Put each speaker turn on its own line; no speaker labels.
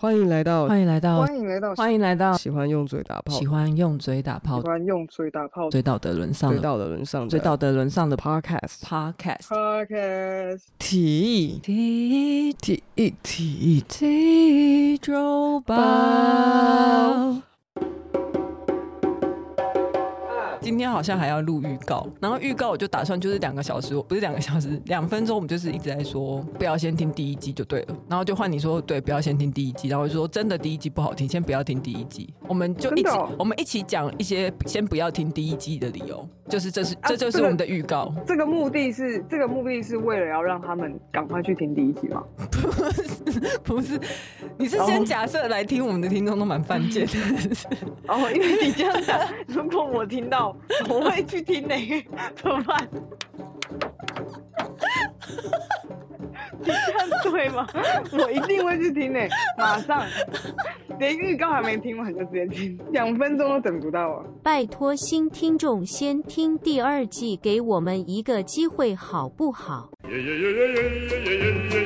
欢迎来到
欢迎来到，
哦欢迎来到
欢迎来到，
喜欢用嘴打炮
喜、欢用嘴打炮
喜，欢用嘴打炮的
嘴到的轮上
嘴
的，
到的人上的
嘴到的轮上的
podcast
podcast。
podcast。
体
提
体一体
提周
报
报。今天好像还要录预告，然后预告我就打算就是两个小时，我不是两个小时，两分钟，我们就是一直在说不要先听第一集就对了，然后就换你说对，不要先听第一集，然后我就说真的第一集不好听，先不要听第一集，我们就
真
一起、
的哦
我们一起讲一些先不要听第一集的理由，就是这是、
啊
这就
这
是
个
我们的预告，
这个目的是这个目的是为了要让他们赶快去听第一集嘛？
不是，你是
哦
先假设来听我们的听众都蛮犯贱的。
然哦后因为你这样讲，如果我听到，我会去听那个，怎么办？你这样对吗？我一定会去听诶、马上，连预告还没听完就直接听，两分钟都等不到啊！
拜托新听众先听第二季，给我们一个机会好不好？
Yeah, yeah, yeah, yeah, yeah, yeah, yeah, yeah,